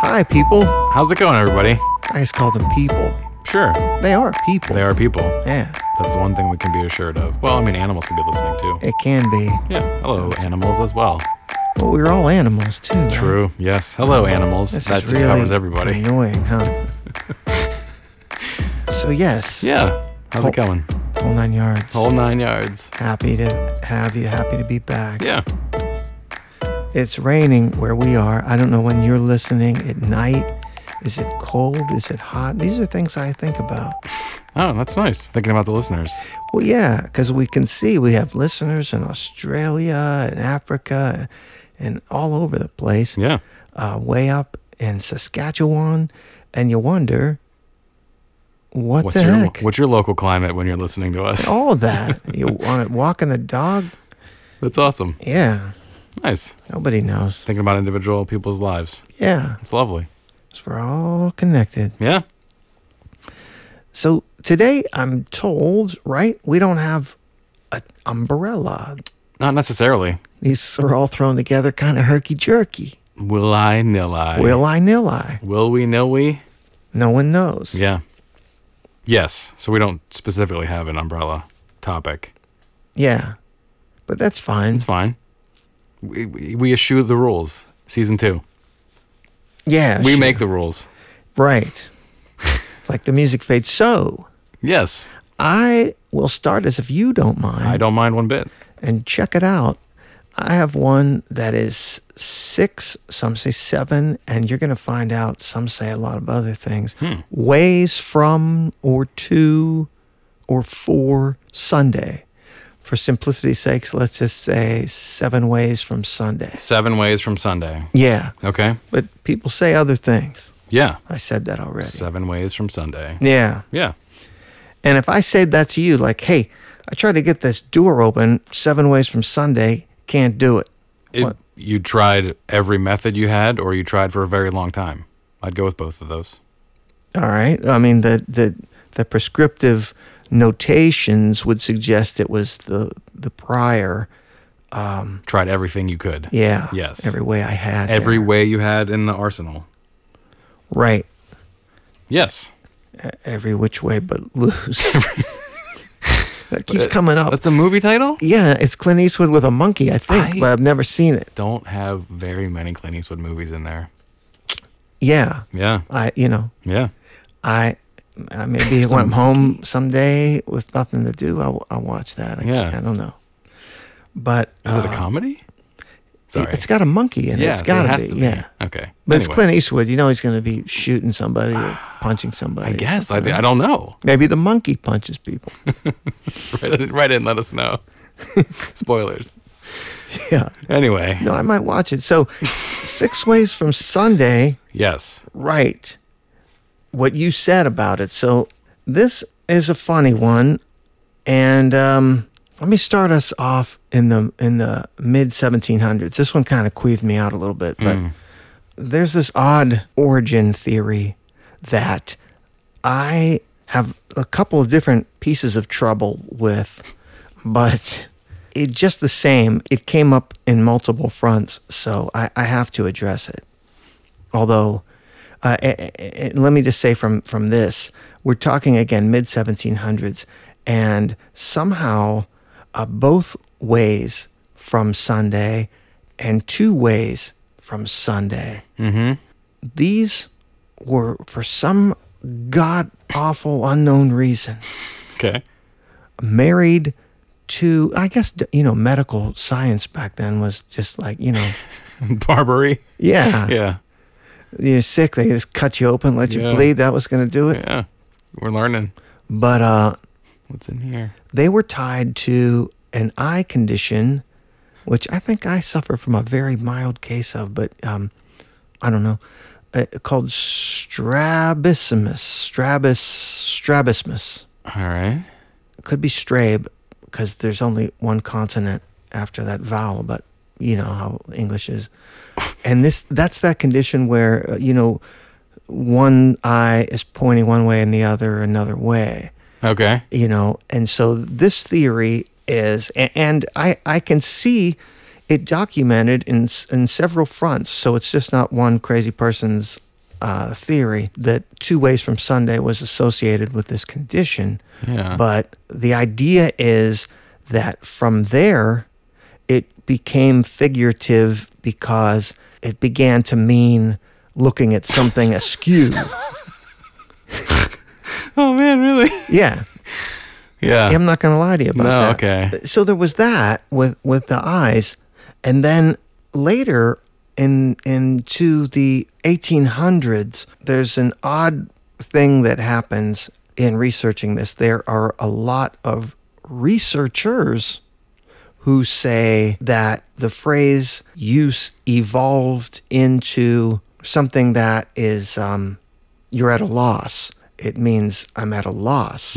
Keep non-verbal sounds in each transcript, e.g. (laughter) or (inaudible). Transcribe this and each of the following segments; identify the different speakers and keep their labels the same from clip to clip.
Speaker 1: Hi, people.
Speaker 2: How's it going, everybody?
Speaker 1: I just call them people.
Speaker 2: Sure,
Speaker 1: They are people.
Speaker 2: they are people.
Speaker 1: Yeah,
Speaker 2: That's the one thing we can be assured of. Well, I mean, animals could be listening too.
Speaker 1: it can be.
Speaker 2: Yeah, hello, animals as well.
Speaker 1: But we're all animals too. right?
Speaker 2: True. Yes. Hello, animals.
Speaker 1: This
Speaker 2: that
Speaker 1: is
Speaker 2: just
Speaker 1: really
Speaker 2: covers everybody.
Speaker 1: Annoying,
Speaker 2: (laughs)
Speaker 1: huh? so yes,
Speaker 2: Yeah. How's it going?
Speaker 1: whole nine yards.
Speaker 2: Whole nine yards.
Speaker 1: happy to have you. Happy to be back.
Speaker 2: Yeah.
Speaker 1: It's raining where we are. I don't know when you're listening at night. Is it cold? Is it hot? These are things I think about.
Speaker 2: Oh, that's nice. Thinking about the listeners.
Speaker 1: Well, yeah, because we can see we have listeners in Australia and Africa and all over the place,
Speaker 2: Yeah.
Speaker 1: uh, way up in Saskatchewan. And you wonder, what
Speaker 2: What's
Speaker 1: the
Speaker 2: your
Speaker 1: heck? Oh.
Speaker 2: What's your local climate when you're listening to
Speaker 1: (laughs)
Speaker 2: us?
Speaker 1: all that. you want it walking the dog?
Speaker 2: That's awesome.
Speaker 1: Yeah,
Speaker 2: Nice.
Speaker 1: nobody knows.
Speaker 2: Thinking about individual people's lives.
Speaker 1: Yeah,
Speaker 2: It's lovely.
Speaker 1: 'cause we're all connected.
Speaker 2: Yeah.
Speaker 1: So today, I'm told, right? We don't have an umbrella.
Speaker 2: Not necessarily.
Speaker 1: These are all thrown together, kind of herky jerky.
Speaker 2: Will I? Nil I?
Speaker 1: Will I? Nil I?
Speaker 2: Will we? Nil we?
Speaker 1: No one knows.
Speaker 2: Yeah. Yes. So we don't specifically have an umbrella topic.
Speaker 1: Yeah, but that's fine.
Speaker 2: It's fine. We, we, we eschew the rules. Season two.
Speaker 1: yeah,
Speaker 2: We
Speaker 1: sure.
Speaker 2: make the rules.
Speaker 1: right. (laughs) like the music fades. So
Speaker 2: Yes.
Speaker 1: I will start us if you don't mind,
Speaker 2: I don't mind one bit.
Speaker 1: and check it out. I have one that is six, some say seven, and you're going to find out. Some say a lot of other things.
Speaker 2: Hmm.
Speaker 1: Ways from or to or for Sunday. For simplicity's sake, let's just say seven ways from Sunday.
Speaker 2: Seven ways from Sunday.
Speaker 1: Yeah,
Speaker 2: Okay.
Speaker 1: but people say other things.
Speaker 2: Yeah.
Speaker 1: I said that already.
Speaker 2: Seven ways from Sunday.
Speaker 1: Yeah.
Speaker 2: Yeah.
Speaker 1: And if I said that to you, like, hey, I tried to get this door open seven ways from Sunday, can't do it.
Speaker 2: It,
Speaker 1: What?
Speaker 2: you tried every method you had, or you tried for a very long time. I'd go with both of those.
Speaker 1: All right. I mean, the, the, the prescriptive notations would suggest it was the, the prior.
Speaker 2: Tried everything you could.
Speaker 1: Yeah.
Speaker 2: Yes.
Speaker 1: Every way I had. there.
Speaker 2: Every way you had in the arsenal.
Speaker 1: Right.
Speaker 2: Yes.
Speaker 1: E- Every which way but
Speaker 2: (laughs)
Speaker 1: loose. that keeps coming up.
Speaker 2: That's a movie title?
Speaker 1: Yeah. It's Clint Eastwood with a monkey, I think,
Speaker 2: I-
Speaker 1: but I've never seen it.
Speaker 2: Don't have very many Clint Eastwood movies in there.
Speaker 1: Yeah.
Speaker 2: Yeah.
Speaker 1: I, you know,
Speaker 2: Yeah.
Speaker 1: I uh, maybe when I'm home someday with nothing to do, I'll, I'll watch that. I,
Speaker 2: Yeah.
Speaker 1: yeah. I don't know. But
Speaker 2: Is it a
Speaker 1: uh,
Speaker 2: comedy? Sorry.
Speaker 1: it's got a monkey in it.
Speaker 2: yeah,
Speaker 1: it's
Speaker 2: so
Speaker 1: got
Speaker 2: it has
Speaker 1: to
Speaker 2: to
Speaker 1: be. Yeah.
Speaker 2: Okay.
Speaker 1: But it's
Speaker 2: Anyway,
Speaker 1: Clint Eastwood. You know he's going to be shooting somebody or
Speaker 2: (sighs)
Speaker 1: punching somebody.
Speaker 2: I guess. I, I don't know. (laughs)
Speaker 1: Maybe the monkey punches people. (laughs)
Speaker 2: Write in- write in, let us know. (laughs) Spoilers.
Speaker 1: yeah.
Speaker 2: Anyway,
Speaker 1: No, I might watch it.
Speaker 2: (laughs)
Speaker 1: So, Six Ways from Sunday,
Speaker 2: yes.
Speaker 1: right. What you said about it. So, this is a funny one. And um, let me start us off in the in the mid 1700s. This one kind of queeved me out a little bit, but there's this odd origin theory that I have a couple of different pieces of trouble with, but it just the same. It came up in multiple fronts, so I, I have to address it. Although, uh, a- a- a- let me just say from from this, we're talking again mid 1700s, and somehow uh, both ways from Sunday and two ways from Sunday
Speaker 2: Mm-hmm.
Speaker 1: these were for some god awful unknown reason
Speaker 2: Okay. (laughs)
Speaker 1: married to i guess you know medical science back then was just like you know (laughs)
Speaker 2: Barbary.
Speaker 1: yeah,
Speaker 2: Yeah.
Speaker 1: you're sick they just cut you open let you
Speaker 2: Yeah.
Speaker 1: bleed that was going to do it
Speaker 2: Yeah. We're learning
Speaker 1: but uh
Speaker 2: what's in here.
Speaker 1: they were tied to an eye condition which i think i suffer from a very mild case of but um i don't know uh, called strabismus strabis strabismus
Speaker 2: All right.
Speaker 1: could be strabe because there's only one consonant after that vowel, but you know how English is. And this that's that condition where uh, you know one eye is pointing one way and the other another way,
Speaker 2: Okay.
Speaker 1: you know. And so this theory is a- and I I can see it documented in s- in several fronts, so it's just not one crazy person's uh, theory that two ways from Sunday was associated with this condition.
Speaker 2: Yeah.
Speaker 1: But the idea is that from there, it became figurative because it began to mean looking at something
Speaker 2: (laughs)
Speaker 1: askew.
Speaker 2: oh man, really? (laughs)
Speaker 1: Yeah.
Speaker 2: Yeah.
Speaker 1: I'm not going to lie to you about
Speaker 2: No,
Speaker 1: that.
Speaker 2: okay.
Speaker 1: So there was that with with the eyes, and then later in into the 1800s, there's an odd thing that happens in researching this. There are a lot of researchers who say that the phrase use evolved into something that is um, you're at a loss. It means I'm at a loss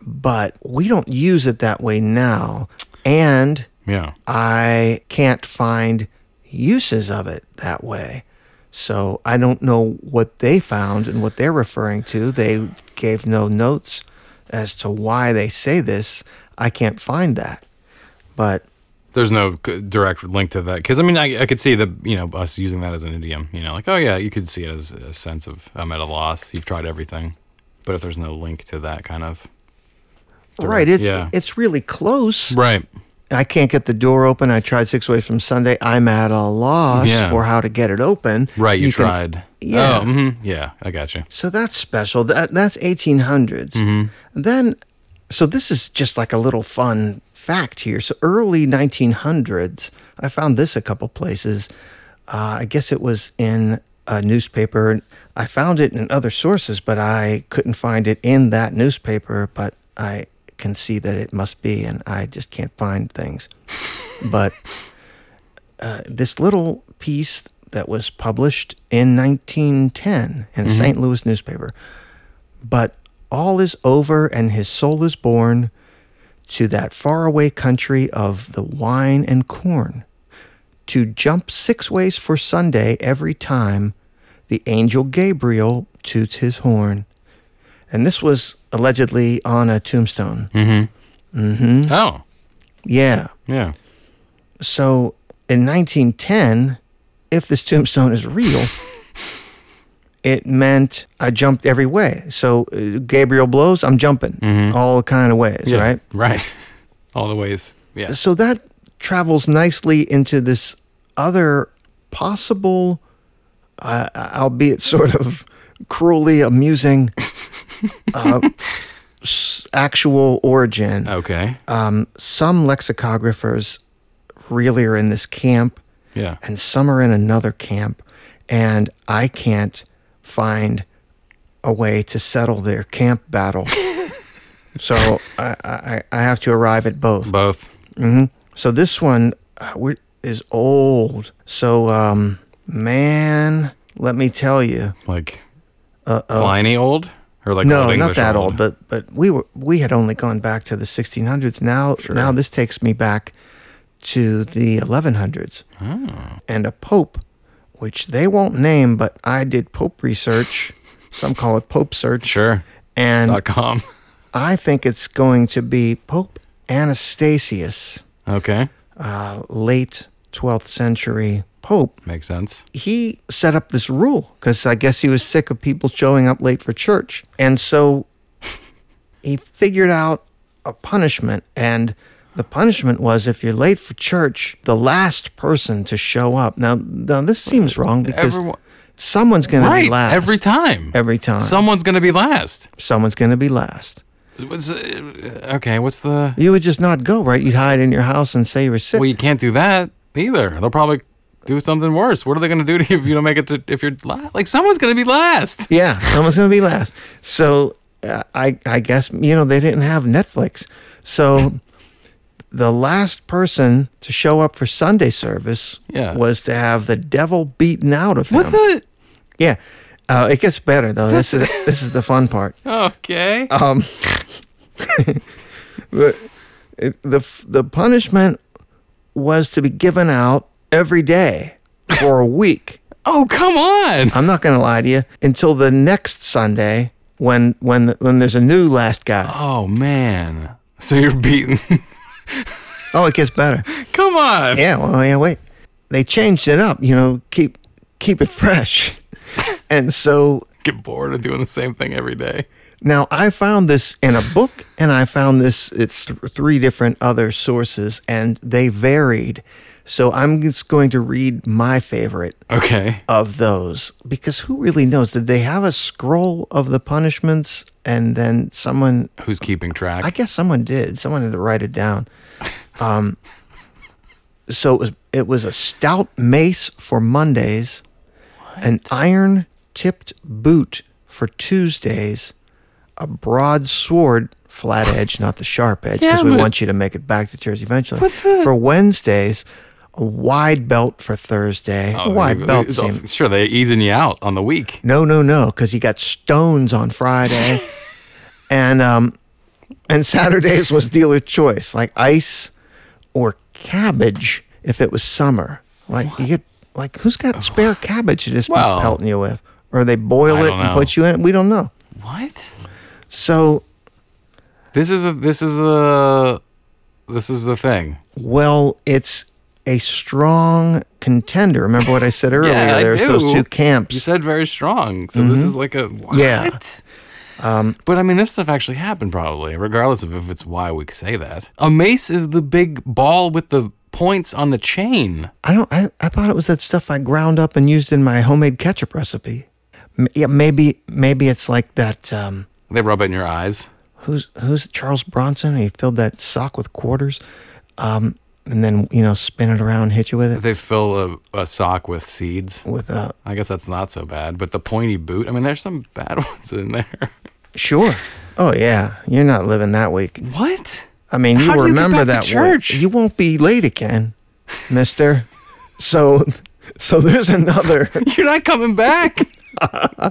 Speaker 1: but we don't use it that way now. And
Speaker 2: Yeah.
Speaker 1: I can't find uses of it that way. So I don't know what they found and what they're referring to. They gave no notes as to why they say this. I can't find that. But
Speaker 2: There's no c- direct link to that because I mean I, I could see the you know us using that as an idiom you know like oh yeah you could see it as a sense of I'm at a loss you've tried everything but if there's no link to that kind of
Speaker 1: right, it's
Speaker 2: yeah.
Speaker 1: it's really close.
Speaker 2: right
Speaker 1: I can't get the door open. I tried six ways from Sunday. I'm at a loss
Speaker 2: Yeah.
Speaker 1: for how to get it open.
Speaker 2: right you,
Speaker 1: can-
Speaker 2: tried
Speaker 1: Yeah.
Speaker 2: oh, mhm, yeah I got you
Speaker 1: So that's special. That that's 1800s. Then, so this is just like a little fun fact here. So early 1900s, I found this a couple places. Uh, I guess it was in a newspaper. I found it in other sources, but I couldn't find it in that newspaper. But I can see that it must be, and I just can't find things. but this little piece that was published in 1910 in the St. Louis newspaper. But all is over and his soul is born to that faraway country of the wine and corn. To jump six ways for Sunday every time the angel Gabriel toots his horn. And this was allegedly on a tombstone. Mm-hmm.
Speaker 2: oh
Speaker 1: Yeah.
Speaker 2: yeah
Speaker 1: So in 1910, if this tombstone is real, it meant I jumped every way. So uh, Gabriel blows, I'm jumping all kind of ways,
Speaker 2: yeah
Speaker 1: right?
Speaker 2: right (laughs) all the ways yeah
Speaker 1: So that travels nicely into this other possible, uh, albeit sort of cruelly amusing, uh, s- actual origin.
Speaker 2: okay
Speaker 1: Um, some lexicographers really are in this camp
Speaker 2: yeah
Speaker 1: and some are in another camp, and I can't find a way to settle their camp battle. so I, I, I have to arrive at both.
Speaker 2: both
Speaker 1: So this one uh, we're- is old. So, um, man, let me tell you.
Speaker 2: like Pliny old or like
Speaker 1: uh, No,
Speaker 2: old
Speaker 1: not
Speaker 2: English
Speaker 1: that old, but but we were we had only gone back to the 1600s. Now now this takes me back to the 1100s. And a pope, which they won't name, but I did pope research. Some call it pope search,
Speaker 2: sure
Speaker 1: and
Speaker 2: dot com (laughs)
Speaker 1: I think it's going to be Pope Anastasius,
Speaker 2: okay
Speaker 1: uh, late 12th century pope.
Speaker 2: makes sense
Speaker 1: He set up this rule because I guess he was sick of people showing up late for church, and so he figured out a punishment and the punishment was if you're late for church the last person to show up now, now this seems wrong because
Speaker 2: Everyone-
Speaker 1: someone's going to be
Speaker 2: right
Speaker 1: last
Speaker 2: every time
Speaker 1: every time
Speaker 2: someone's gonna be last
Speaker 1: someone's going to be last
Speaker 2: What's, uh, okay what's the
Speaker 1: you would just not go right you'd hide in your house and say you were sick
Speaker 2: well you can't do that either they'll probably do something worse what are they gonna do to you if you don't make it to if you're last like someone's gonna be last (laughs)
Speaker 1: Yeah, someone's gonna be last. So uh, I I guess you know they didn't have Netflix, so the last person to show up for Sunday service
Speaker 2: Yeah.
Speaker 1: was to have the devil beaten out of him.
Speaker 2: what the
Speaker 1: Yeah, uh, it gets better though. This is this is the fun part.
Speaker 2: okay
Speaker 1: The the the punishment was to be given out every day for a week.
Speaker 2: oh come on
Speaker 1: I'm not gonna lie to you until the next Sunday when when when there's a new last guy.
Speaker 2: oh man so you're beaten (laughs)
Speaker 1: Oh, it gets better.
Speaker 2: come on
Speaker 1: Yeah, well, yeah, wait. They changed it up, you know, keep keep it fresh. And so
Speaker 2: Get bored of doing the same thing every day.
Speaker 1: now I found this in a book, and I found this at th- three different other sources, and they varied. So I'm just going to read my favorite
Speaker 2: Okay.
Speaker 1: of those because who really knows? Did they have a scroll of the punishments, and then someone
Speaker 2: Who's keeping track?
Speaker 1: I guess someone did. Someone had to write it
Speaker 2: (laughs)
Speaker 1: down. Um, so it was it was a stout mace for Mondays, an iron tipped boot for Tuesdays, a broad sword,
Speaker 2: (laughs)
Speaker 1: flat edge, not the sharp edge, because we
Speaker 2: but-
Speaker 1: want you to make it back to church eventually. For Wednesdays, a wide belt for Thursday.
Speaker 2: Oh,
Speaker 1: wide
Speaker 2: they-
Speaker 1: belt
Speaker 2: they-
Speaker 1: seems
Speaker 2: Sure, they easing you out on the week.
Speaker 1: no, no, no, because you got stones on
Speaker 2: (laughs)
Speaker 1: Friday, and um, and Saturdays was dealer choice, like ice or cabbage if it was summer. Like you get, like who's got spare cabbage to just
Speaker 2: Well-
Speaker 1: be pelting you with, or they boil
Speaker 2: I
Speaker 1: it
Speaker 2: don't
Speaker 1: and
Speaker 2: know.
Speaker 1: put you in it? We don't know.
Speaker 2: What?
Speaker 1: So
Speaker 2: This is a this is the this is the thing.
Speaker 1: Well, it's a strong contender. Remember what I
Speaker 2: (laughs)
Speaker 1: said earlier?
Speaker 2: I
Speaker 1: There's those
Speaker 2: do.
Speaker 1: two
Speaker 2: You
Speaker 1: camps. Mm-hmm.
Speaker 2: said very strong, so this is like a what? Um,
Speaker 1: Yeah.
Speaker 2: but I mean, this stuff actually happened probably, regardless of if it's why we say that. A mace is the big ball with the points on the chain.
Speaker 1: I don't. I, I thought it was that stuff I ground up and used in my homemade ketchup recipe. M- yeah, maybe maybe it's like that. Um,
Speaker 2: They rub it in your eyes.
Speaker 1: who's who's Charles Bronson? He filled that sock with quarters, um, and then you know spin it around, hit you with it
Speaker 2: They fill a, a sock with seeds.
Speaker 1: with uh,
Speaker 2: I guess that's not so bad. But the pointy boot. I mean, there's some bad (laughs) ones in there.
Speaker 1: sure. Oh yeah, you're not living that week.
Speaker 2: What?
Speaker 1: I mean, you
Speaker 2: How do you get
Speaker 1: remember
Speaker 2: back to
Speaker 1: that wo-
Speaker 2: church?
Speaker 1: You won't be late again, Mister. so, so there's another.
Speaker 2: (laughs) You're not coming
Speaker 1: (laughs)
Speaker 2: back.
Speaker 1: Uh.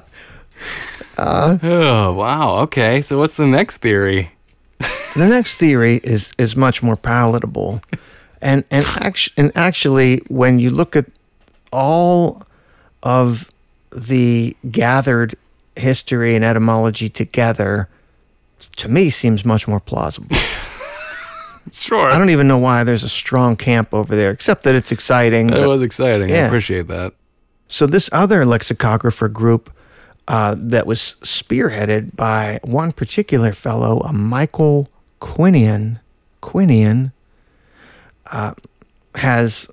Speaker 2: oh wow. Okay. So what's the next theory?
Speaker 1: The next theory is is much more palatable, and and actually, and actually, when you look at all of the gathered history and etymology together, to me seems much more plausible.
Speaker 2: Sure.
Speaker 1: I don't even know why there's a strong camp over there, except that it's exciting.
Speaker 2: That
Speaker 1: but-
Speaker 2: was exciting. I
Speaker 1: Yeah.
Speaker 2: appreciate that.
Speaker 1: So this other lexicographer group uh, that was spearheaded by one particular fellow, a Michael Quinian, Quinian, uh, has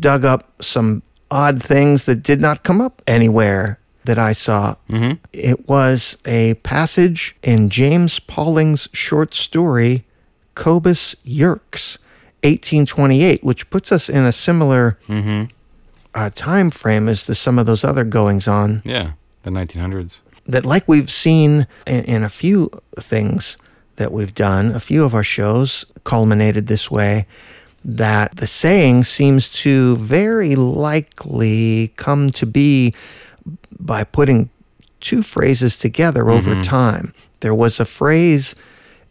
Speaker 1: dug up some odd things that did not come up anywhere that I saw. It was a passage in James Pauling's short story, Cobus Yerkes, 1828, which puts us in a similar uh, time frame as the, some of those other goings on
Speaker 2: Yeah. The 1900s.
Speaker 1: that like we've seen in, in a few things that we've done a few of our shows culminated this way that the saying seems to very likely come to be by putting two phrases together over time there was a phrase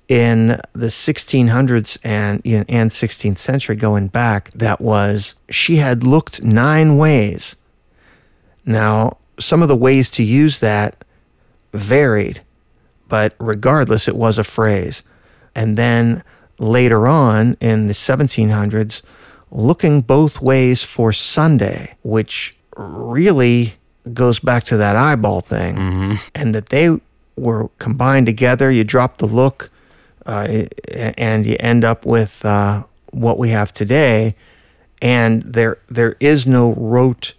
Speaker 1: in the 1600s and in- and 16th century going back that was she had looked nine ways now some of the ways to use that varied, but regardless, it was a phrase. And then later on in the 1700s, looking both ways for Sunday, which really goes back to that eyeball thing, and that they were combined together. You drop the look, uh, and you end up with uh, what we have today. And there, there is no rote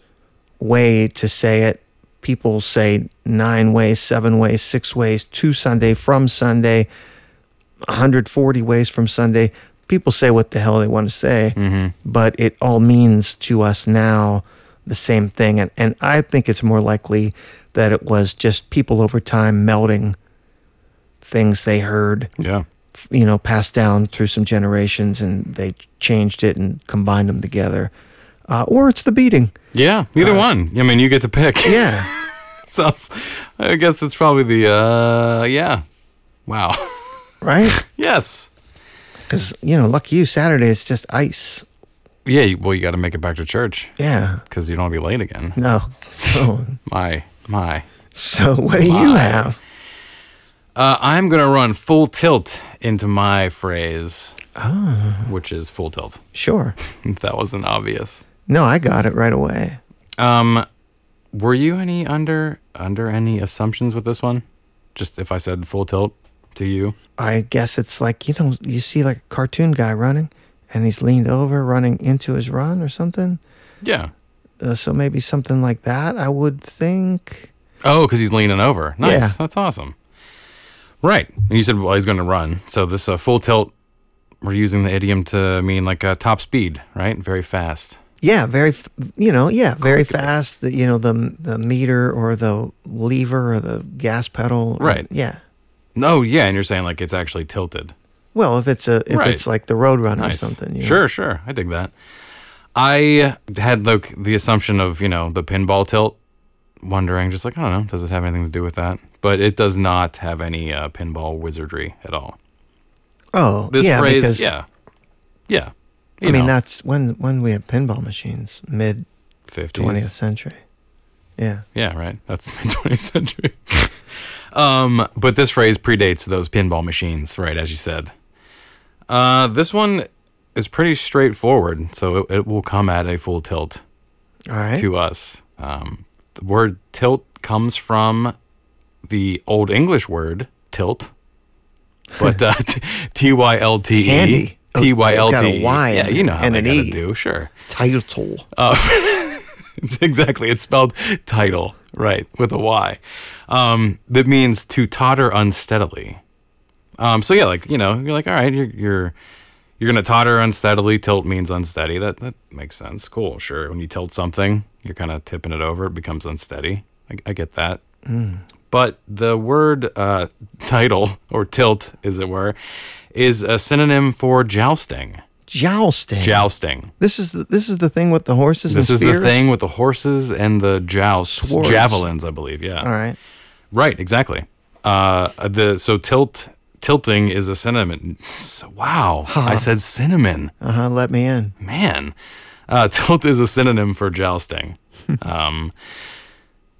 Speaker 1: way to say it. People say nine ways, seven ways, six ways, to Sunday, from Sunday, 140 ways from Sunday. People say what the hell they want to say, but it all means to us now the same thing. And, and I think it's more likely that it was just people over time melding things they heard
Speaker 2: Yeah.
Speaker 1: you know, passed down through some generations and they changed it and combined them together. Uh, or it's the beating.
Speaker 2: Yeah. Neither one. I mean, you get to pick. (laughs)
Speaker 1: Yeah.
Speaker 2: Sounds. I guess that's probably the. uh Yeah. Wow.
Speaker 1: right?
Speaker 2: (laughs) yes.
Speaker 1: Because, you know, lucky you, Saturday it's just ice.
Speaker 2: Yeah. you- Well, you got to make it back to church
Speaker 1: Yeah.
Speaker 2: because you don't want to be late again.
Speaker 1: No. (laughs) Oh.
Speaker 2: My. My.
Speaker 1: So what do you have?
Speaker 2: Uh, I'm gonna run full tilt into my phrase, which is full tilt. (laughs)
Speaker 1: Sure.
Speaker 2: If that wasn't obvious.
Speaker 1: No, I got it right away.
Speaker 2: Um, Were you any under under any assumptions with this one? Just if I said full tilt to you,
Speaker 1: I guess it's like you know you see like a cartoon guy running, and he's leaned over running into his run or something.
Speaker 2: yeah.
Speaker 1: Uh, so maybe something like that. I would think.
Speaker 2: Oh, because he's leaning over. Nice.
Speaker 1: Yeah.
Speaker 2: That's awesome. Right. And you said, well, he's going to run. So this uh, full tilt, we're using the idiom to mean like uh, top speed, right? Very fast.
Speaker 1: Yeah, very. f- You know, yeah, very fast. The, you know, the the meter or the lever or the gas pedal. or-
Speaker 2: Right.
Speaker 1: yeah.
Speaker 2: No, yeah. And you're saying like it's actually tilted.
Speaker 1: Well, if it's a if
Speaker 2: Right.
Speaker 1: it's like the Roadrunner
Speaker 2: Nice.
Speaker 1: or something. you know.
Speaker 2: Sure, sure. I dig that. I had the, the assumption of, you know, the pinball tilt, wondering just like, I don't know, does it have anything to do with that? But it does not have any uh, pinball wizardry at all.
Speaker 1: Oh,
Speaker 2: This
Speaker 1: yeah,
Speaker 2: phrase,
Speaker 1: because,
Speaker 2: yeah. Yeah.
Speaker 1: I mean,
Speaker 2: know,
Speaker 1: that's when when we had pinball machines, mid
Speaker 2: 50s.
Speaker 1: twentieth century. Yeah.
Speaker 2: Yeah, right. That's (laughs) the mid 20th century. um, but this phrase predates those pinball machines, right, as you said. Uh, this one is pretty straightforward, so it, it will come at a full tilt
Speaker 1: All right.
Speaker 2: to us. Um, the word tilt comes from the Old English word tilt, but uh, (laughs) T Y L T E.
Speaker 1: handy. Oh,
Speaker 2: T Y L T
Speaker 1: they've got a
Speaker 2: E.
Speaker 1: Y
Speaker 2: Yeah,
Speaker 1: and-
Speaker 2: you know how
Speaker 1: and
Speaker 2: they
Speaker 1: an
Speaker 2: gotta
Speaker 1: E.
Speaker 2: do, sure.
Speaker 1: Title.
Speaker 2: Uh, It's (laughs) exactly. It's spelled title, right, with a Y. Um, that means to totter unsteadily. Um, so yeah, like you know, you're like, all right, you're you're you're gonna totter unsteadily. Tilt means unsteady. That that makes sense. Cool, sure. When you tilt something, you're kind of tipping it over. It becomes unsteady. I, I get that. But the word uh, title or tilt, as it were, is a synonym for jousting.
Speaker 1: Jousting.
Speaker 2: Jousting.
Speaker 1: This is the, this is the thing with the horses.
Speaker 2: This
Speaker 1: and
Speaker 2: is
Speaker 1: spears?
Speaker 2: the thing with the horses and the jousts,
Speaker 1: Swords.
Speaker 2: javelins, I believe. Yeah,
Speaker 1: All right.
Speaker 2: right, exactly. Uh, the so tilt tilting is a cinnamon. s- Wow, I said cinnamon.
Speaker 1: Uh huh. Let me in.
Speaker 2: Man, uh, (laughs) tilt is a synonym for jousting. um,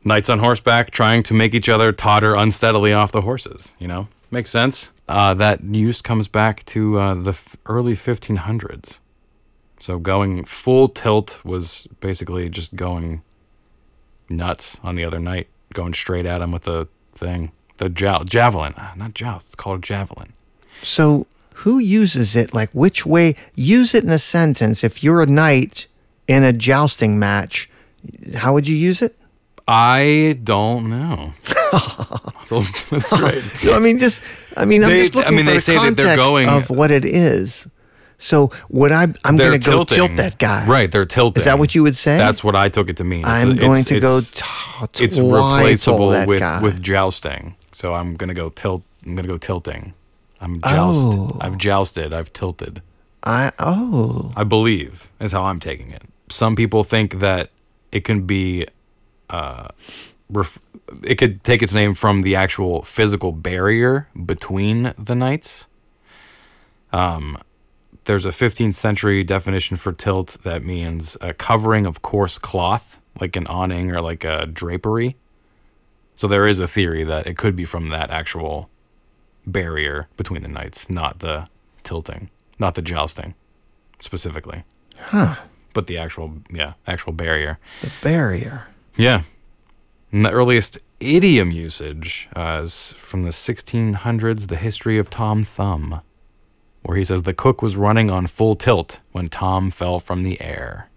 Speaker 2: knights on horseback trying to make each other totter unsteadily off the horses. You know, makes sense. Uh, that use comes back to uh, the f- early 1500s. So going full tilt was basically just going nuts on the other night, going straight at him with the thing, the joust, javelin, Ah, not joust. It's called a javelin.
Speaker 1: So who uses it? Like which way? Use it in a sentence. If you're a knight in a jousting match, how would you use it? (laughs)
Speaker 2: I don't know. (laughs) That's great.
Speaker 1: No, I mean, just I mean, I'm
Speaker 2: They-
Speaker 1: just looking
Speaker 2: I
Speaker 1: for
Speaker 2: mean, they
Speaker 1: the
Speaker 2: say that
Speaker 1: context
Speaker 2: they're going-
Speaker 1: of what it is. So would I? I'm
Speaker 2: They're
Speaker 1: going to go
Speaker 2: tilting.
Speaker 1: tilt that guy.
Speaker 2: Right, they're tilting.
Speaker 1: Is that what you would say?
Speaker 2: That's what I took it to mean. It's a-
Speaker 1: I'm
Speaker 2: it's-
Speaker 1: going to go.
Speaker 2: it's-
Speaker 1: T-
Speaker 2: It's replaceable
Speaker 1: that
Speaker 2: with
Speaker 1: guy.
Speaker 2: with jousting. So I'm gonna go tilt. I'm gonna go tilting. I'm joust.
Speaker 1: Oh.
Speaker 2: I've jousted. I've tilted.
Speaker 1: I oh
Speaker 2: I believe is how I'm taking it. Some people think that it can be, uh, ref- it could take its name from the actual physical barrier between the knights. Um, there's a 15th century definition for tilt that means a covering of coarse cloth, like an awning or like a drapery. So there is a theory that it could be from that actual barrier between the knights, not the tilting, not the jousting specifically. But the actual, yeah, actual barrier.
Speaker 1: the barrier.
Speaker 2: Yeah. And the earliest idiom usage uh, is from the 1600s, the history of Tom Thumb, where he says the cook was running on full tilt when Tom fell from the air.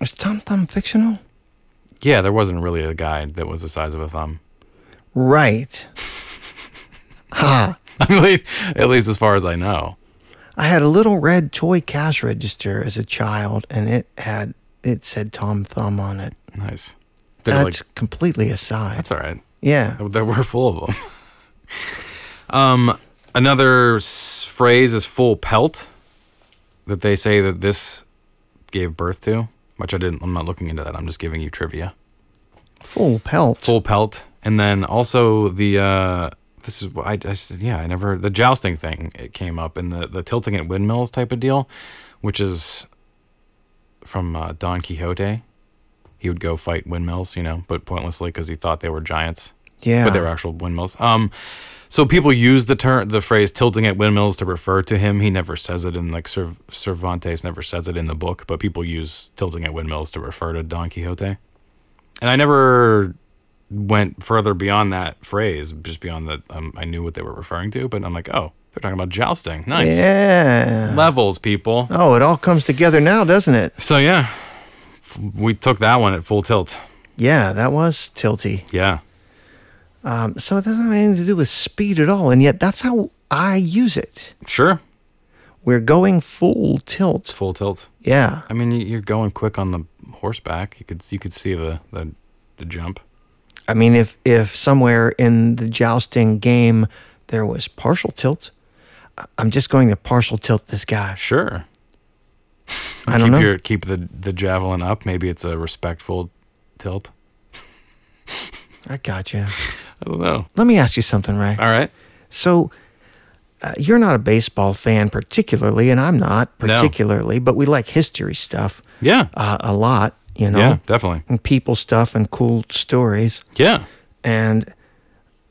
Speaker 1: Is Tom Thumb fictional?
Speaker 2: Yeah, there wasn't really a guy that was the size of a thumb. (laughs)
Speaker 1: Right.
Speaker 2: I mean, at least as far as I know.
Speaker 1: I had a little red toy cash register as a child, and it had it said Tom Thumb on it.
Speaker 2: Nice. They're like,
Speaker 1: That's completely aside.
Speaker 2: that's all right.
Speaker 1: Yeah.
Speaker 2: There were full of them. um, another s- phrase is full pelt that they say that this gave birth to, which I didn't. I'm not looking into that. I'm just giving you trivia.
Speaker 1: Full pelt.
Speaker 2: Full pelt, and then also the uh, this is what I, I said. Yeah, I never the jousting thing. It came up in the the tilting at windmills type of deal, which is from uh, Don Quixote. He would go fight windmills, you know, but pointlessly because he thought they were giants
Speaker 1: yeah.
Speaker 2: but they were actual windmills. Um, so people use the term, the phrase "tilting at windmills" to refer to him. He never says it in like Cerv- Cervantes never says it in the book, but people use tilting at windmills to refer to Don Quixote. and I never went further beyond that phrase, just beyond that um, I knew what they were referring to. But I'm like, oh, they're talking about jousting. Nice
Speaker 1: Yeah.
Speaker 2: levels, people.
Speaker 1: Oh, it all comes together now, doesn't it?
Speaker 2: So yeah, f- we took that one at full tilt.
Speaker 1: Yeah, that was tilty.
Speaker 2: Yeah,
Speaker 1: Um, so it doesn't have anything to do with speed at all, and yet that's how I use it.
Speaker 2: sure,
Speaker 1: We're going full tilt.
Speaker 2: full tilt.
Speaker 1: Yeah.
Speaker 2: I mean, y- you're going quick on the horseback. You could you could see the the, the jump.
Speaker 1: I mean, if if somewhere in the jousting game there was partial tilt, I- I'm just going to partial tilt this guy.
Speaker 2: Sure.
Speaker 1: I
Speaker 2: keep
Speaker 1: don't know.
Speaker 2: your keep the the javelin up. Maybe it's a respectful tilt.
Speaker 1: I got you.
Speaker 2: I don't know.
Speaker 1: Let me ask you something, Ray.
Speaker 2: All right.
Speaker 1: So, uh, you're not a baseball fan particularly, and I'm not
Speaker 2: No.
Speaker 1: particularly, but we like history stuff
Speaker 2: Yeah.
Speaker 1: uh, a lot, you know,
Speaker 2: Yeah. Definitely.
Speaker 1: and people stuff and cool stories.
Speaker 2: Yeah.
Speaker 1: And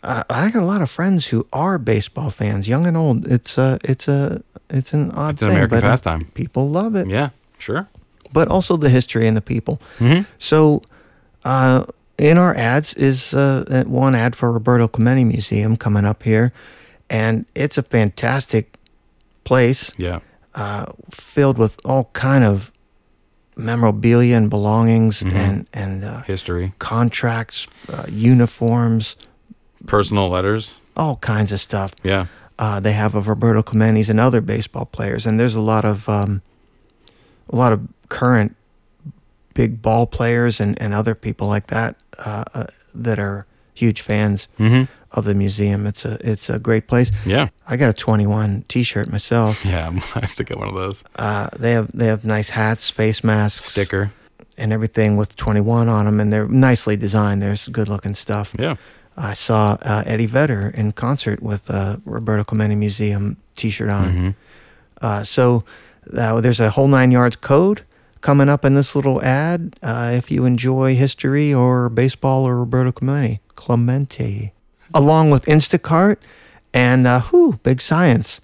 Speaker 1: uh, I got a lot of friends who are baseball fans, young and old. It's a, it's a, it's an odd
Speaker 2: It's an
Speaker 1: thing,
Speaker 2: American
Speaker 1: but uh,
Speaker 2: pastime.
Speaker 1: people love it.
Speaker 2: Yeah. Sure.
Speaker 1: but also the history and the people. So, uh, in our ads is uh, one ad for Roberto Clemente Museum coming up here, and it's a fantastic place
Speaker 2: Yeah.
Speaker 1: filled with all kind of memorabilia and belongings and and uh,
Speaker 2: History.
Speaker 1: contracts, uh, uniforms,
Speaker 2: Personal letters.
Speaker 1: all kinds of stuff.
Speaker 2: Yeah.
Speaker 1: Uh, they have of Roberto Clemente's and other baseball players, and there's a lot of um, a lot of current big ball players and, and other people like that uh, uh, that are huge fans of the museum. It's a it's a great place.
Speaker 2: Yeah.
Speaker 1: I got a 21 T-shirt myself.
Speaker 2: Yeah. (laughs) I'm- I have to get one of those
Speaker 1: Uh, they have they have nice hats, face masks,
Speaker 2: sticker.
Speaker 1: and everything with 21 on them, and they're nicely designed. There's good looking stuff.
Speaker 2: Yeah.
Speaker 1: I saw uh, Eddie Vedder in concert with uh, Roberto Clemente Museum T-shirt on. Uh, so uh, there's a whole nine yards code coming up in this little ad. Uh, if you enjoy history or baseball or Roberto Clemente, Clemente, along with Instacart and uh, whew, Big Science.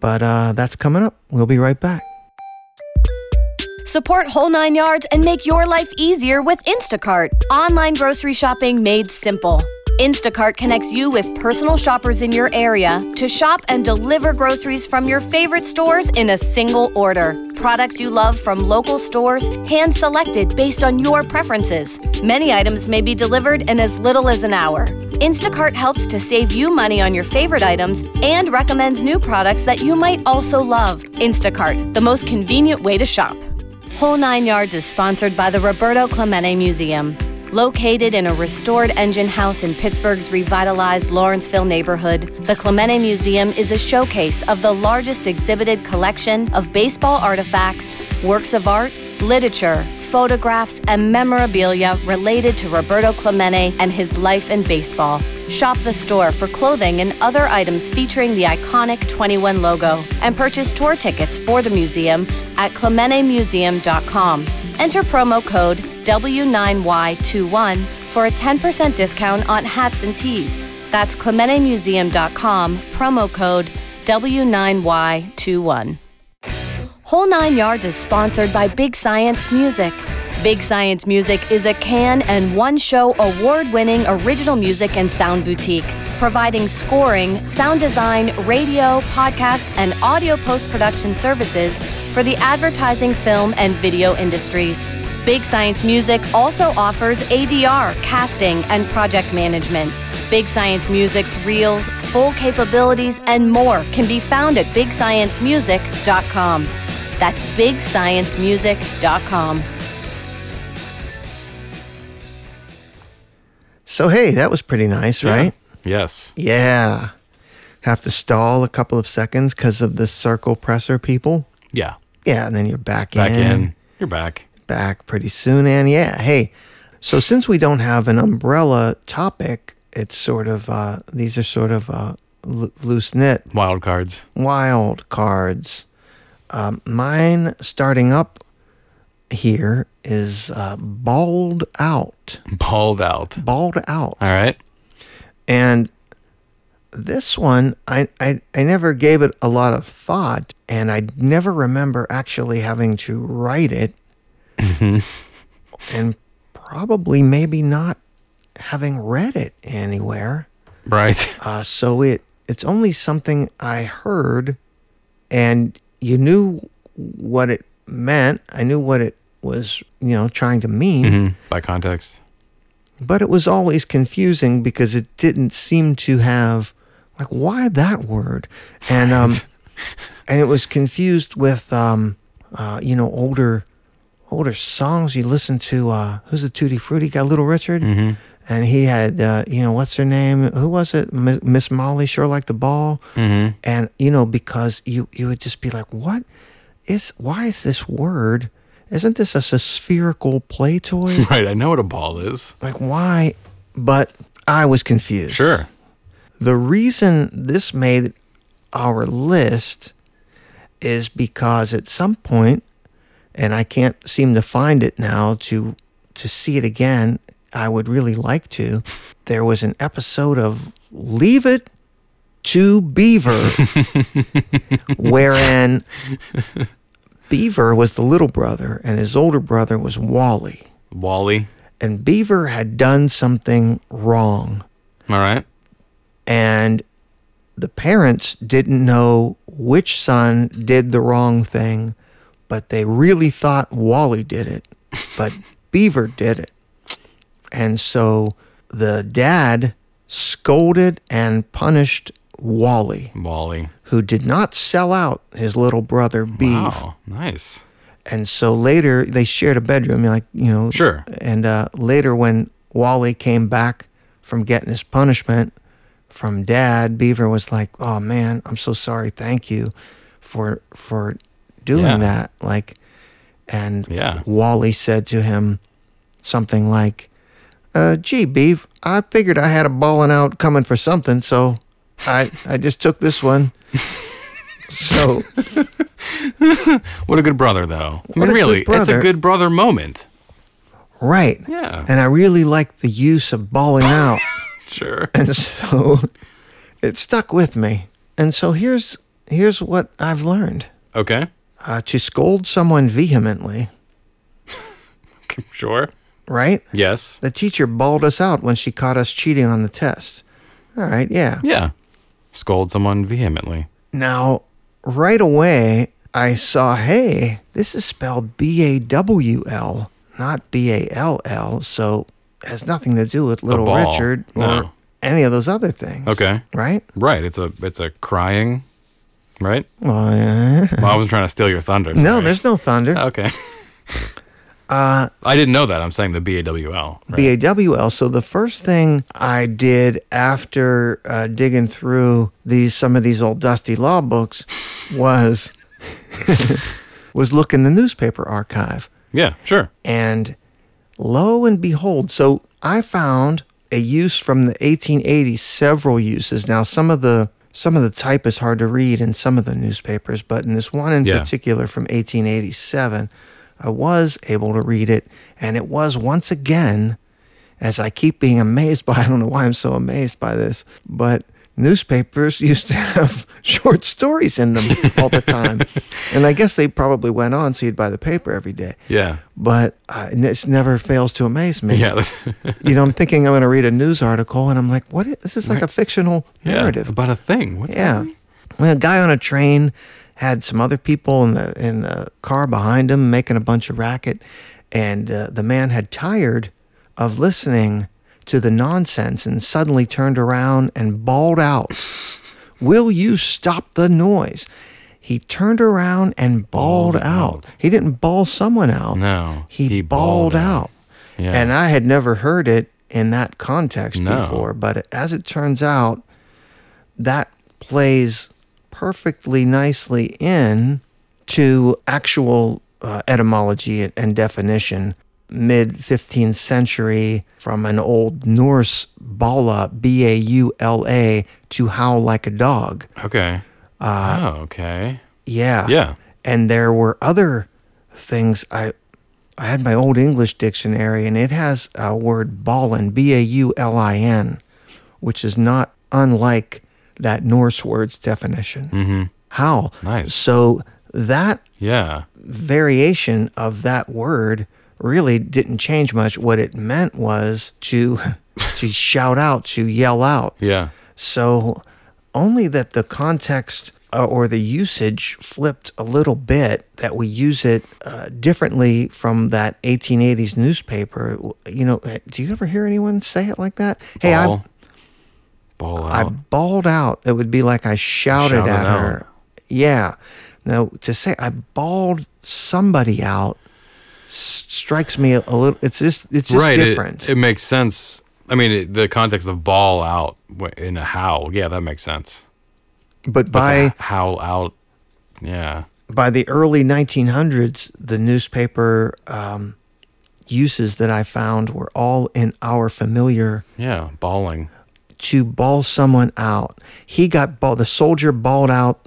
Speaker 1: But uh, that's coming up. We'll be right back.
Speaker 3: Support Whole Nine Yards and make your life easier with Instacart. Online grocery shopping made simple. Instacart connects you with personal shoppers in your area to shop and deliver groceries from your favorite stores in a single order. Products you love from local stores, hand selected based on your preferences. Many items may be delivered in as little as an hour. Instacart helps to save you money on your favorite items and recommends new products that you might also love. Instacart, the most convenient way to shop. Whole Nine Yards is sponsored by the Roberto Clemente Museum. Located in a restored engine house in Pittsburgh's revitalized Lawrenceville neighborhood, the Clemente Museum is a showcase of the largest exhibited collection of baseball artifacts, works of art, literature, photographs, and memorabilia related to Roberto Clemente and his life in baseball. Shop the store for clothing and other items featuring the iconic 21 logo and purchase tour tickets for the museum at clementemuseum.com. Enter promo code W9Y21 for a 10% discount on hats and tees. That's clementemuseum.com, promo code W9Y21. Whole Nine Yards is sponsored by Big Science Music. Big Science Music is a can and one show award winning original music and sound boutique, providing scoring, sound design, radio, podcast, and audio post production services for the advertising, film, and video industries. Big Science Music also offers ADR, casting, and project management. Big Science Music's reels, full capabilities, and more can be found at bigsciencemusic.com. That's bigsciencemusic.com.
Speaker 1: So hey, that was pretty nice, right?
Speaker 2: Yes.
Speaker 1: Yeah. Have to stall a couple of seconds because of the circle presser people.
Speaker 2: Yeah.
Speaker 1: Yeah, and then you're back,
Speaker 2: Back
Speaker 1: in.
Speaker 2: in. You're back.
Speaker 1: Back pretty soon. And yeah, hey, so since we don't have an umbrella topic, it's sort of, uh, these are sort of uh, l- loose knit
Speaker 2: Wild cards.
Speaker 1: wild cards. Um, mine starting up here is uh, balled out.
Speaker 2: Balled out.
Speaker 1: Balled out.
Speaker 2: All right.
Speaker 1: And this one, I, I, I never gave it a lot of thought, and I never remember actually having to write it. and probably maybe not having read it anywhere.
Speaker 2: Right.
Speaker 1: Uh, so it it's only something I heard, and you knew what it meant. I knew what it was, you know, trying to mean.
Speaker 2: (laughs) By context.
Speaker 1: But it was always confusing because it didn't seem to have like why that word, and um, (laughs) and it was confused with um, uh, you know, older older songs you listen to. Uh, who's the Tutti Frutti guy? Little Richard. And he had, uh, you know, what's her name? Who was it? M- Miss Molly, sure like the ball. And you know, because you you would just be like, what is? Why is this word? Isn't this a spherical play toy?
Speaker 2: Right. I know what a ball is.
Speaker 1: like why but i was confused
Speaker 2: Sure.
Speaker 1: the reason this made our list is because at some point and i can't seem to find it now to to see it again i would really like to there was an episode of leave it to beaver wherein beaver was the little brother and his older brother was wally
Speaker 2: Wally.
Speaker 1: and Beaver had done something wrong,
Speaker 2: All right.
Speaker 1: and the parents didn't know which son did the wrong thing, but they really thought Wally did it, but Beaver did it. And so the dad scolded and punished Wally,
Speaker 2: Wally.
Speaker 1: who did not sell out his little brother, Beef.
Speaker 2: Wow. Oh, Nice.
Speaker 1: And so later they shared a bedroom, like you know.
Speaker 2: Sure.
Speaker 1: And uh, later, when Wally came back from getting his punishment from Dad, Beaver was like, "Oh man, I'm so sorry. Thank you for for doing
Speaker 2: Yeah.
Speaker 1: that." Like, and
Speaker 2: Yeah.
Speaker 1: Wally said to him something like, uh, "Gee, Beef, I figured I had a balling out coming for something, so I I just took this
Speaker 2: (laughs)
Speaker 1: one." so.
Speaker 2: What a good brother, though. I
Speaker 1: What
Speaker 2: mean,
Speaker 1: a good
Speaker 2: really, it's a
Speaker 1: brother.
Speaker 2: good brother moment.
Speaker 1: Right.
Speaker 2: Yeah.
Speaker 1: And I really like the use of bawling out. (laughs)
Speaker 2: Sure.
Speaker 1: and so it stuck with me. And so here's here's what I've learned.
Speaker 2: Okay. (laughs)
Speaker 1: Uh, to scold someone vehemently,
Speaker 2: Sure.
Speaker 1: right?
Speaker 2: Yes.
Speaker 1: The teacher bawled us out when she caught us cheating on the test. All right, yeah.
Speaker 2: Yeah. Scold someone vehemently.
Speaker 1: Now, right away, I saw, hey, this is spelled B A W L, not B A L L. So it has nothing to do with Little
Speaker 2: ball.
Speaker 1: Richard or
Speaker 2: No.
Speaker 1: any of those other things.
Speaker 2: Okay.
Speaker 1: Right?
Speaker 2: Right. It's a it's a crying. Right.
Speaker 1: Well, (laughs) yeah.
Speaker 2: Well, I wasn't trying to steal your thunder.
Speaker 1: Uh-huh. No,
Speaker 2: sorry.
Speaker 1: there's no thunder. (laughs)
Speaker 2: Okay. Uh, I didn't know that. I'm saying the B A W L. Right.
Speaker 1: B A W L. So the first thing I did after uh, digging through these some of these old dusty law books was (laughs) was look in the newspaper archive,
Speaker 2: yeah. Sure.
Speaker 1: and lo and behold, so I found a use from the 1880s. Several uses now. Some of the some of the type is hard to read in some of the newspapers, but in this one in
Speaker 2: Yeah.
Speaker 1: particular from 1887, I was able to read it, and it was once again as I keep being amazed by, (laughs) I don't know why I'm so amazed by this, but newspapers (laughs) used to have short stories in them all the time. and I guess they probably went on, so you'd buy the paper every day. (laughs)
Speaker 2: Yeah.
Speaker 1: But uh, and this never fails to amaze me.
Speaker 2: Yeah. (laughs)
Speaker 1: You know, I'm thinking I'm going to read a news article, and I'm like, what? Is, this is like a fictional
Speaker 2: yeah.
Speaker 1: narrative.
Speaker 2: About a thing. What's
Speaker 1: Yeah. Well, a guy on a train had some other people in the in the car behind him making a bunch of racket, and uh, the man had tired of listening to the nonsense and suddenly turned around and bawled out, "Will you stop the noise?" He turned around and bawled out. He didn't bawl someone out.
Speaker 2: No,
Speaker 1: He,
Speaker 2: he
Speaker 1: bawled,
Speaker 2: bawled out.
Speaker 1: out.
Speaker 2: Yeah.
Speaker 1: And I had never heard it in that context
Speaker 2: No.
Speaker 1: before, but as it turns out, that plays perfectly nicely in to actual uh, etymology and- and definition. Mid 15th century, from an old Norse bala, B A U L A, to howl like a dog.
Speaker 2: Okay.
Speaker 1: Uh,
Speaker 2: oh, okay.
Speaker 1: Yeah.
Speaker 2: Yeah.
Speaker 1: And there were other things. I I had my old English dictionary, and it has a word ballin, B A U L I N, which is not unlike that Norse word's definition. Mm-hmm. How?
Speaker 2: Nice.
Speaker 1: So that
Speaker 2: Yeah.
Speaker 1: variation of that word really didn't change much. What it meant was to (laughs) to shout out, to yell out.
Speaker 2: Yeah.
Speaker 1: So only that the context uh, or the usage flipped a little bit, that we use it uh, differently from that 1880s newspaper. You know, eh, do you ever hear anyone say it like that? Hey,
Speaker 2: Ball. Ball
Speaker 1: I, I
Speaker 2: out.
Speaker 1: bawled out. It would be like I shouted,
Speaker 2: Shouted
Speaker 1: at
Speaker 2: out.
Speaker 1: her. Yeah. Now, to say I bawled somebody out s- strikes me a, a little, it's just, it's just
Speaker 2: right. it-
Speaker 1: different.
Speaker 2: It, makes sense. I mean, it, the context of ball out wh- in a howl. Yeah, that makes sense.
Speaker 1: but
Speaker 2: But
Speaker 1: by,
Speaker 2: the howl out. Yeah.
Speaker 1: by the early 1900s, the newspaper um, uses that I found were all in our familiar
Speaker 2: Yeah. Balling.
Speaker 1: to ball someone out. He got ball. The soldier balled out.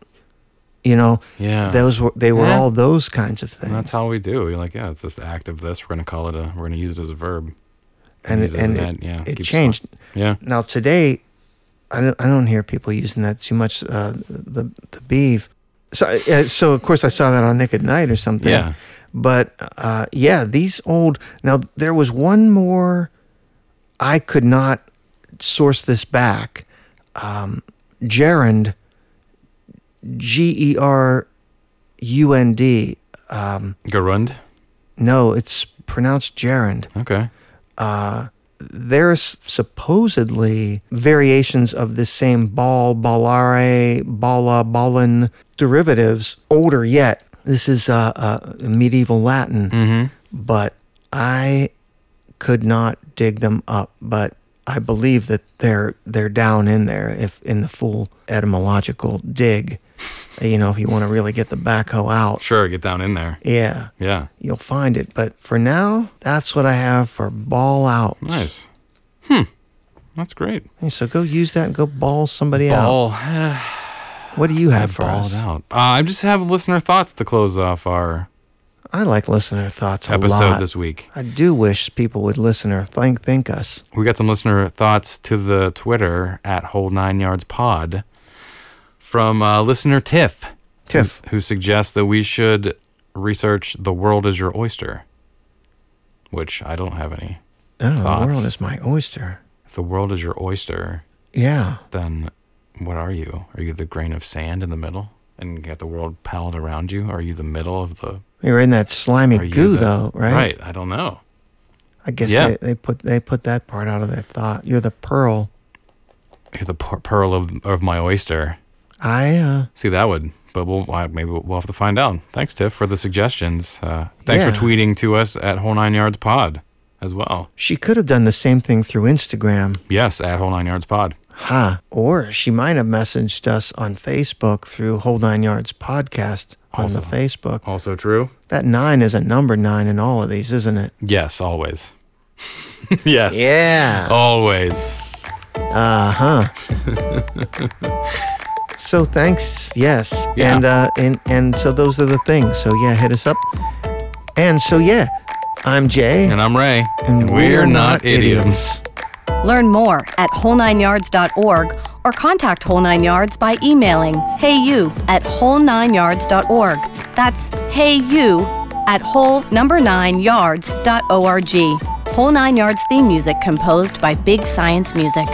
Speaker 1: You know,
Speaker 2: Yeah.
Speaker 1: those were they were
Speaker 2: Yeah.
Speaker 1: all those kinds of things.
Speaker 2: That's how we do. You're like, yeah, it's just the act of this. We're gonna call it a. We're gonna use it as a verb.
Speaker 1: and it,
Speaker 2: uses
Speaker 1: and
Speaker 2: that,
Speaker 1: it,
Speaker 2: yeah,
Speaker 1: it
Speaker 2: keeps
Speaker 1: changed.
Speaker 2: Yeah.
Speaker 1: Now today, I don't I don't hear people using that too much. Uh, the the beef. So uh, so of course I saw that on Nick at Night or something.
Speaker 2: Yeah.
Speaker 1: But uh, yeah, these old. Now there was one more. I could not source this back. Um, gerund. G E R U N D.
Speaker 2: Gerund.
Speaker 1: No, it's pronounced gerund.
Speaker 2: Okay.
Speaker 1: there's supposedly variations of this same ball, ballare, balla, ballin derivatives, older yet. This is uh, uh, medieval Latin, but I could not dig them up. But I believe that they're they're down in there, if in the full etymological dig. You know, if you want to really get the backhoe out,
Speaker 2: Sure. Get down in there.
Speaker 1: yeah,
Speaker 2: Yeah.
Speaker 1: you'll find it. But for now, that's what I have for ball out.
Speaker 2: Nice. Hmm. That's great.
Speaker 1: Hey, So go use that and go ball somebody
Speaker 2: Ball.
Speaker 1: out. What do you have for
Speaker 2: balled
Speaker 1: us?
Speaker 2: out. Uh, I just have listener thoughts to close off our
Speaker 1: I like listener thoughts a
Speaker 2: episode
Speaker 1: lot.
Speaker 2: this week.
Speaker 1: I do wish people would listen or think think us.
Speaker 2: We got some listener thoughts to the Twitter at Whole Nine Yards Pod from uh, listener Tiff,
Speaker 1: Tiff,
Speaker 2: who suggests that we should research "The World Is Your Oyster," which I don't have any.
Speaker 1: oh, the
Speaker 2: thoughts.
Speaker 1: world is my oyster.
Speaker 2: If the world is your oyster,
Speaker 1: Yeah,
Speaker 2: then what are you? Are you the grain of sand in the middle, and you got the world palled around you? Are you the middle of the?
Speaker 1: you're in that slimy
Speaker 2: Are you
Speaker 1: goo
Speaker 2: the-
Speaker 1: though, right?
Speaker 2: Right. I don't know.
Speaker 1: I guess
Speaker 2: Yeah.
Speaker 1: they, they put they put that part out of that thought. You're the pearl.
Speaker 2: You're the per- pearl of of my oyster.
Speaker 1: I uh,
Speaker 2: See, that would, but we'll I- maybe we'll have to find out. Thanks, Tiff, for the suggestions. Uh, thanks
Speaker 1: Yeah.
Speaker 2: for tweeting to us at Whole Nine Yards Pod as well.
Speaker 1: she could have done the same thing through Instagram,
Speaker 2: Yes, at Whole Nine Yards Pod.
Speaker 1: ha? Or she might have messaged us on Facebook through Whole Nine Yards podcast on
Speaker 2: Also.
Speaker 1: the Facebook.
Speaker 2: Also true.
Speaker 1: That nine is a number nine in all of these, isn't it?
Speaker 2: Yes, always. (laughs) yes.
Speaker 1: Yeah.
Speaker 2: Always.
Speaker 1: So thanks. Yes.
Speaker 2: Oh. Yeah.
Speaker 1: And uh and and so those are the things. So yeah, hit us up. And so yeah, I'm Jay.
Speaker 2: And I'm Ray.
Speaker 1: And we're not idioms.
Speaker 3: Learn more at whole9yards.org or contact Whole Nine Yards by emailing heyu at whole9yards.org. That's heyu at whole number nine yards.org. Whole Nine Yards theme music composed by Big Science Music.